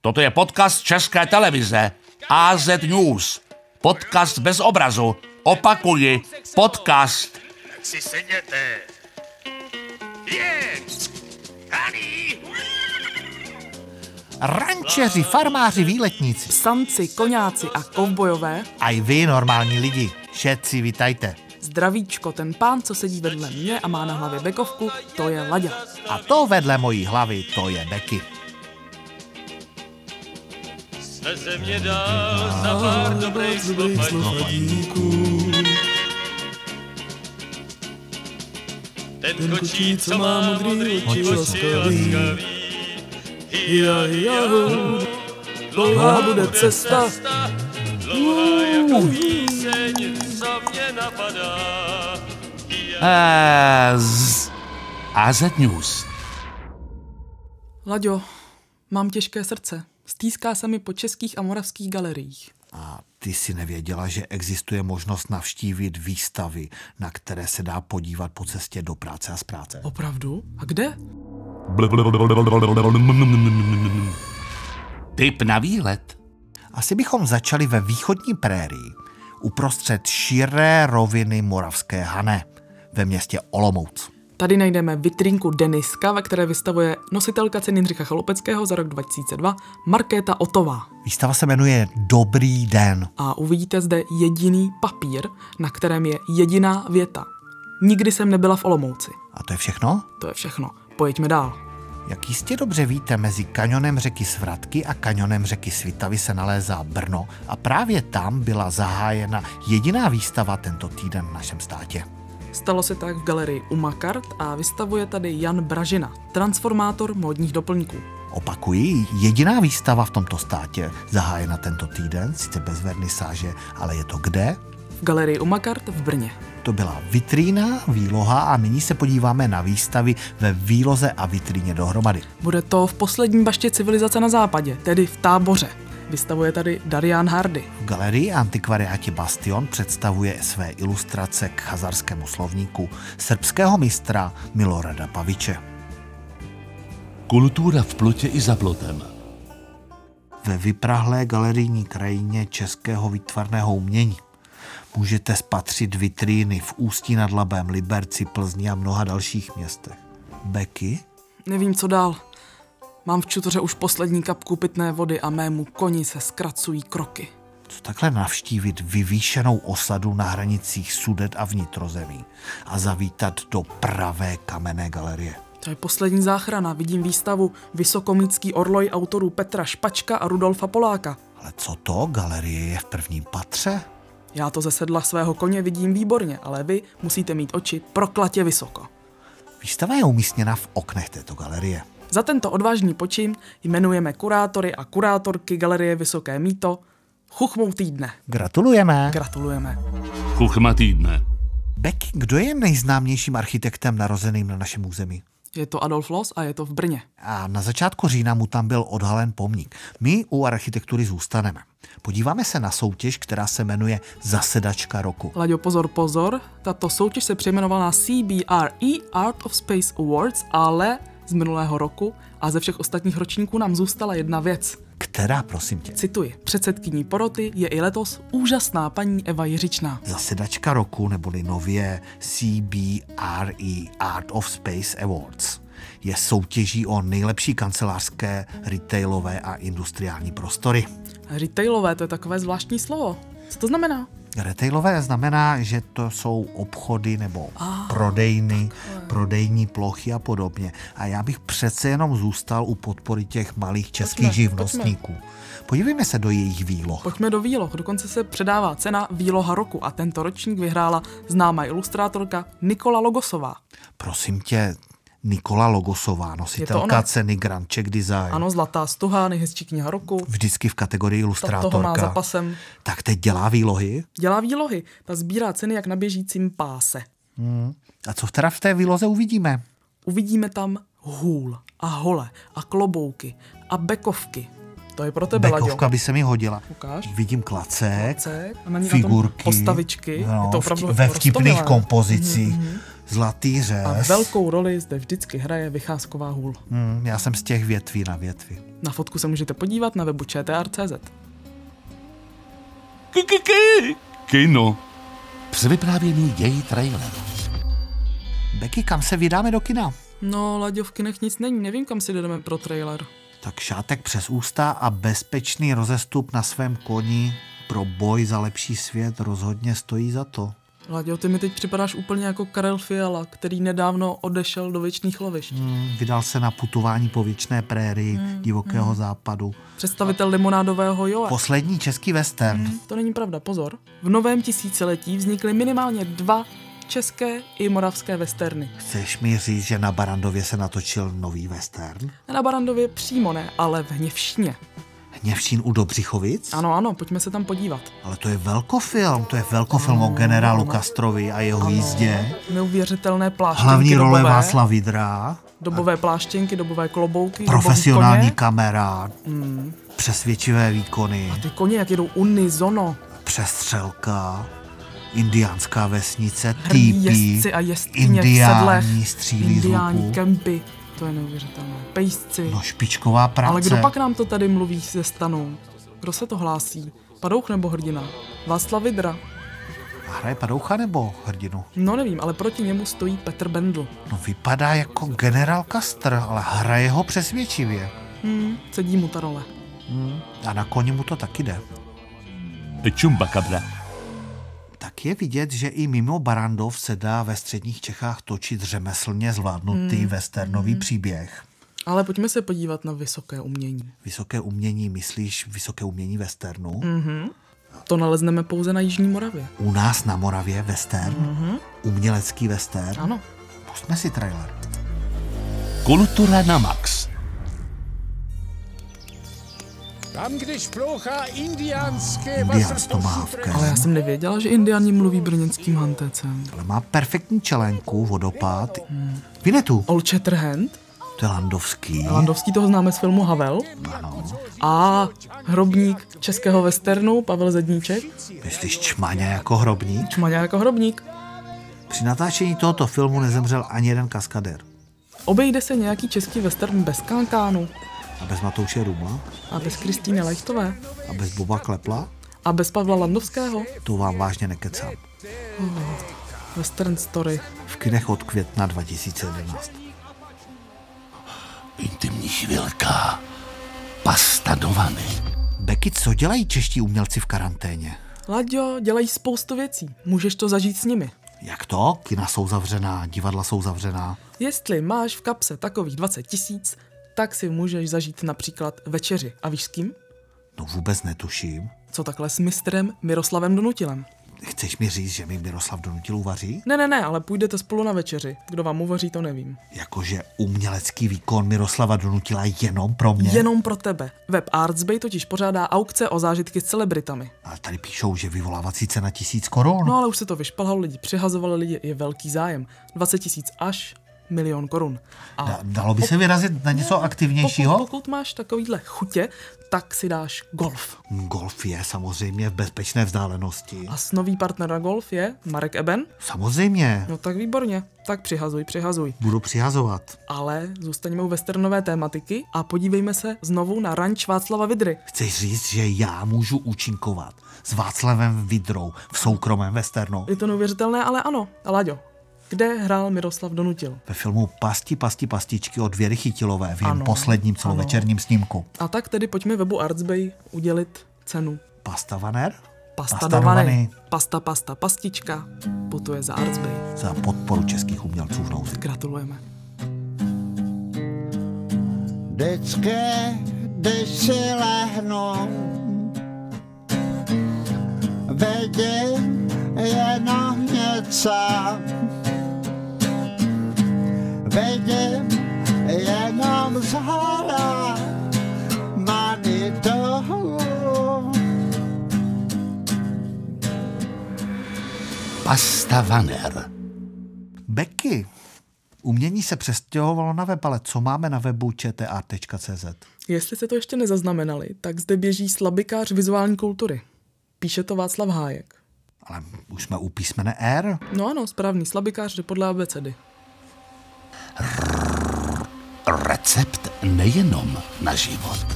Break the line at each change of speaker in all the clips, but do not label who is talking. Toto je podcast České televize AZ News. Podcast bez obrazu. Opakuji, podcast.
Tak si sedněte. Je! Ani!
Rančeři, farmáři, výletníci,
Samci, koňáci a kovbojové,
a i vy, normální lidi, všetci vitajte.
zdravíčko, ten pán, co sedí vedle mě a má na hlavě bekovku, to je Laďa.
A to vedle mojí hlavy, to je Beky.
Jsme země dál za pár dobrých slov. Ten kočí, co má modrý oči, oči laskavý. Já, já,
Dlouhá bude cesta.
dlouhá jako píseň, co mě napadá.
Eh, z... AZ News.
Laďo, mám těžké srdce. Stýská se mi po českých a moravských galeriích.
A ty si nevěděla, že existuje možnost navštívit výstavy, na které se dá podívat po cestě do práce a z práce.
Opravdu? A kde?
Tip na výlet.
Asi bychom začali ve východní prérii, uprostřed širé roviny Moravské Hané, ve městě Olomouc.
Tady najdeme vitrinku Deniska, ve které vystavuje nositelka ceny Jindřicha Chalupeckého za rok 2002, Markéta Otová.
Výstava se jmenuje Dobrý den.
A uvidíte zde jediný papír, na kterém je jediná věta. Nikdy jsem nebyla v Olomouci.
A to je všechno?
To je všechno. Pojďme dál.
Jak jistě dobře víte, mezi kanionem řeky Svratky a kanionem řeky Svitavy se nalézá Brno a právě tam byla zahájena jediná výstava tento týden v našem státě.
Stalo se tak v galerii Umakart a vystavuje tady Jan Bražina, transformátor módních doplňků.
Opakuji, jediná výstava v tomto státě zahájena tento týden, sice bez vernisáže, ale je to kde?
V galerii Umakart v Brně.
To byla vitrína, výloha a nyní se podíváme na výstavy ve výloze a vitríně dohromady.
Bude to v poslední baště civilizace na západě, tedy v táboře. Vystavuje tady Darian Hardy.
V galerii Antikvariáti Bastion představuje své ilustrace k chazarskému slovníku srbského mistra Milorada Paviče.
Kultura v plotě i za plotem.
Ve vyprahlé galerijní krajině českého výtvarného umění můžete spatřit vitríny v Ústí nad Labem, Liberci, Plzni a mnoha dalších městech. Beky?
Nevím, co dál. Mám v čutoře už poslední kapku pitné vody a mému koni se zkracují kroky.
Co takhle navštívit vyvýšenou osadu na hranicích Sudet a vnitrozemí a zavítat do pravé kamenné galerie?
To je poslední záchrana. Vidím výstavu Vysokomický orloj autorů Petra Špačka a Rudolfa Poláka.
Ale co to? Galerie je v prvním patře?
Já to ze sedla svého koně vidím výborně, ale vy musíte mít oči proklatě vysoko.
Výstava je umístěna v oknech této galerie.
Za tento odvážný počin jmenujeme kurátory a kurátorky Galerie Vysoké Míto Chuchmou týdne.
Gratulujeme.
Gratulujeme.
Chuchma týdne.
Becky, kdo je nejznámějším architektem narozeným na našem území?
Je to Adolf Loss a je to v Brně.
A na začátku října mu tam byl odhalen pomník. My u architektury zůstaneme. Podíváme se na soutěž, která se jmenuje Zasedačka roku.
Laďo, pozor, pozor, tato soutěž se přejmenovala na CBRE E, Art of Space Awards, ale z minulého roku a ze všech ostatních ročníků nám zůstala jedna věc.
Která, prosím tě?
Cituji, předsedkyní poroty je i letos úžasná paní Eva Jiřičná.
Zasedačka roku, neboli nově CBRE E, Art of Space Awards, je soutěží o nejlepší kancelářské, retailové a industriální prostory.
Retailové, to je takové zvláštní slovo. Co to znamená?
Retailové znamená, že to jsou obchody nebo prodejny, prodejní plochy a podobně. A já bych přece jenom zůstal u podpory těch malých českých
Pojďme,
živnostníků. Podívejme se do jejich výloh.
Pojďme do výloh. Dokonce se předává cena Výloha roku a tento ročník vyhrála známá ilustrátorka Nikola Logosová.
Prosím tě, Nikola Logosová, nositelka
ona?
ceny Grand Czech Design.
Ano, Zlatá stuha, nejhezčí kniha roku.
Vždycky v
Ta toho
kategorii
má za
ilustrátorka.
pasem.
Tak teď dělá výlohy.
Dělá výlohy, ta sbírá ceny jak na běžícím páse.
A co teda v té výloze uvidíme?
Uvidíme tam hůl a hole a klobouky a bekovky. To je pro tebe,
Bekovka
Laďo.
by se mi hodila.
Ukáž.
Vidím klacek.
Klacek a na ní na tom
figurky,
postavičky.
no,
Je to opravdu
vtip- ve vtipných
roztomilé. Mhm,
kompozicích. Mm-hmm. Zlatý
A
řez.
velkou roli zde vždycky hraje vycházková hůl.
Hm, já jsem z těch větví na větvi.
Na fotku se můžete podívat na webu čtr.cz.
Kino.
Převyprávěný děj trailer.
Beky, kam se vydáme do kina?
No, Laďovky nech nic není, nevím, kam si jdeme pro trailer.
Tak šátek přes ústa a bezpečný rozestup na svém koni pro boj za lepší svět rozhodně stojí za to.
Laďo, ty mi teď připadáš úplně jako Karel Fiala, který nedávno odešel do věčných lovišť.
Hm, Vydal se na putování po věčné prérii
Hmm,
divokého západu.
Představitel limonádového Joe.
Poslední český western.
To není pravda, pozor. V novém tisíciletí vznikly minimálně dva české i moravské westerny.
Chceš mi říct, že na Barandově se natočil nový western?
Na Barandově přímo ne, ale v Hněvšině.
Hněvšín u Dobřichovic?
Ano, ano, pojďme se tam podívat.
Ale to je velkofilm, to je velkofilm o generálu Kastrovi a jeho jízdě.
Neuvěřitelné pláštěnky
Hlavní
dobové,
role Václav Vidra,
Dobové pláštěnky, dobové klobouky,
profesionální
dobový koně.
kamera, přesvědčivé výkony,
Hmm. Ty koně, jak jedou unizono.
přestřelka, indiánská vesnice,
Hrdí
týpí,
jezdci a jezdkyně v sedlech.
indiáni střílí z
Indiáni,
luku,
kempy. To je neuvěřitelné. Pejsci.
no špičková práce.
Ale kdo pak nám to tady mluví ze stanu? Kdo se to hlásí? Padouch nebo hrdina? Václav Vidra.
A hraje padoucha nebo hrdinu?
No nevím, ale proti němu stojí Petr Bendl.
No vypadá jako generál Kastr, ale hraje ho přesvědčivě.
Sedí mu ta role.
A na koni mu to taky jde.
Čumbakabra.
Tak je vidět, že i mimo Barandov se dá ve středních Čechách točit řemeslně zvládnutý
Hmm.
westernový příběh.
Ale pojďme se podívat na vysoké umění.
Vysoké umění, myslíš, vysoké umění westernu?
Hmm.
Mm.
To nalezneme pouze na Jižní Moravě.
U nás na Moravě western, mm-hmm. umělecký western.
Mhm. Ano.
Pusme si trailer.
Kultura na max.
Tam, když plouchá indiánské
Indián to má v
Ale
krém,
já jsem nevěděla, že indiáni mluví brněnským hantecem.
ale má perfektní čelenku, vodopád. Mm. Vinetu,
Old Shatterhand,
to je landovský.
Landovský toho známe z filmu Havel.
Ano.
A hrobník českého westernu Pavel Zedníček.
Myslíš čmaně jako hrobník?
Čmaňa jako hrobník.
Při natáčení tohoto filmu nezemřel ani jeden kaskadér.
Obejde se nějaký český western bez kankánu
A bez Matouše Rumla?
a bez Kristýny Lechtové
A bez Boba Klepla?
a bez Pavla Landovského.
To vám vážně nekecám.
Western Story.
V kinech od května 2011.
Intimní chvilka. Pasta do vany.
Beky, co dělají čeští umělci v karanténě?
Laďo, dělají spoustu věcí. Můžeš to zažít s nimi.
Jak to? Kina jsou zavřená, divadla jsou zavřená.
Jestli máš v kapse takových 20 tisíc, tak si můžeš zažít například večeři. A víš s kým?
No vůbec netuším.
Co takhle s mistrem Miroslavem Donutilem?
Chceš mi říct, že mi Miroslav Donutil uvaří?
Ne, ne, ne, ale půjdete spolu na večeři. Kdo vám uvaří, to nevím.
Jakože umělecký výkon Miroslava Donutila jenom pro mě?
Jenom pro tebe. Web Artsbay totiž pořádá aukce o zážitky s celebritami.
Ale tady píšou, že vyvolávací cena tisíc korun.
No ale už se to vyšplhalo, lidi přihazovali, lidi je velký zájem. 20 tisíc až milion korun. A
Da- Dalo by se vyrazit na něco
No, pokud,
aktivnějšího?
pokud máš takovýhle chutě, tak si dáš golf.
Golf je samozřejmě v bezpečné vzdálenosti.
A s nový partner na golf je Marek Eben.
Samozřejmě,
No tak výborně, tak přihazuj, přihazuj.
budu přihazovat.
Ale zůstaňme u westernové tématiky a podívejme se znovu na ranč Václava Vidry.
Chceš říct, že já můžu účinkovat s Václavem Vidrou v soukromém westernu?
Je to neuvěřitelné, ale ano. Laďo, kde hrál Miroslav Donutil?
Ve filmu Pasti, pasti, pastičky od Věry Chytilové v jejím
Ano,
posledním celovečerním snímku.
A tak tedy pojďme webu Artsbay udělit cenu.
Pastavaner
Pasta
Pasta
dované.
dované.
Pasta, pasta, pastička. Putuje za Artsbay.
za podporu českých umělců v nouzi.
Gratulujeme.
Vždycky, když si lehnu, vidím jenom něco. Vidím jenom z hora manitou.
Pasta vaner.
Beky, umění se přestěhovalo na web, ale co máme na webu čtr.cz?
Jestli jste to ještě nezaznamenali, tak zde běží slabikář vizuální kultury. Píše to Václav Hájek.
Ale už jsme u písmene R.
No ano, správný slabikář jde podle abecedy.
Recept nejenom na život.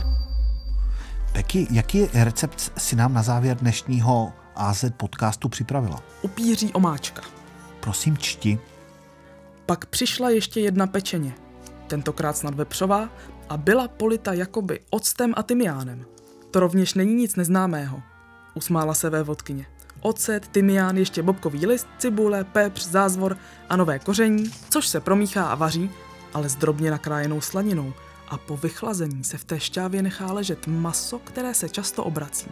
Peky, jaký recept si nám na závěr dnešního AZ podcastu připravila?
Upíří omáčka.
Prosím, čti.
Pak přišla ještě jedna pečeně, tentokrát snad vepřová, a byla polita jakoby octem a tymiánem. To rovněž není nic neznámého, usmála se vévodkyně. Ocet, tymián, ještě bobkový list, cibule, pepř, zázvor a nové koření, což se promíchá a vaří, ale s drobně nakrájenou slaninou a po vychlazení se v té šťávě nechá ležet maso, které se často obrací.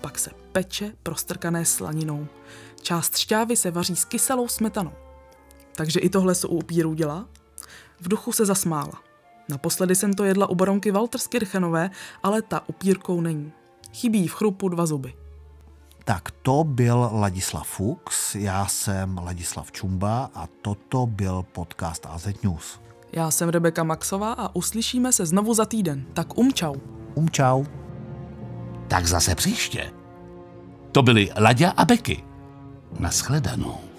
Pak se peče prostrkané slaninou. Část šťávy se vaří s kyselou smetanou. Takže i tohle se u upírů dělá? V duchu se zasmála. Naposledy jsem to jedla u baronky Walterskirchenové, ale ta upírkou není. Chybí jí v chrupu dva zuby.
Tak to byl Ladislav Fuchs, já jsem Ladislav Čumba a toto byl podcast AZ News.
Já jsem Rebeka Maxová a uslyšíme se znovu za týden. Tak umčau.
Umčau.
Tak zase příště. To byly Laďa a Beky. Naschledanou.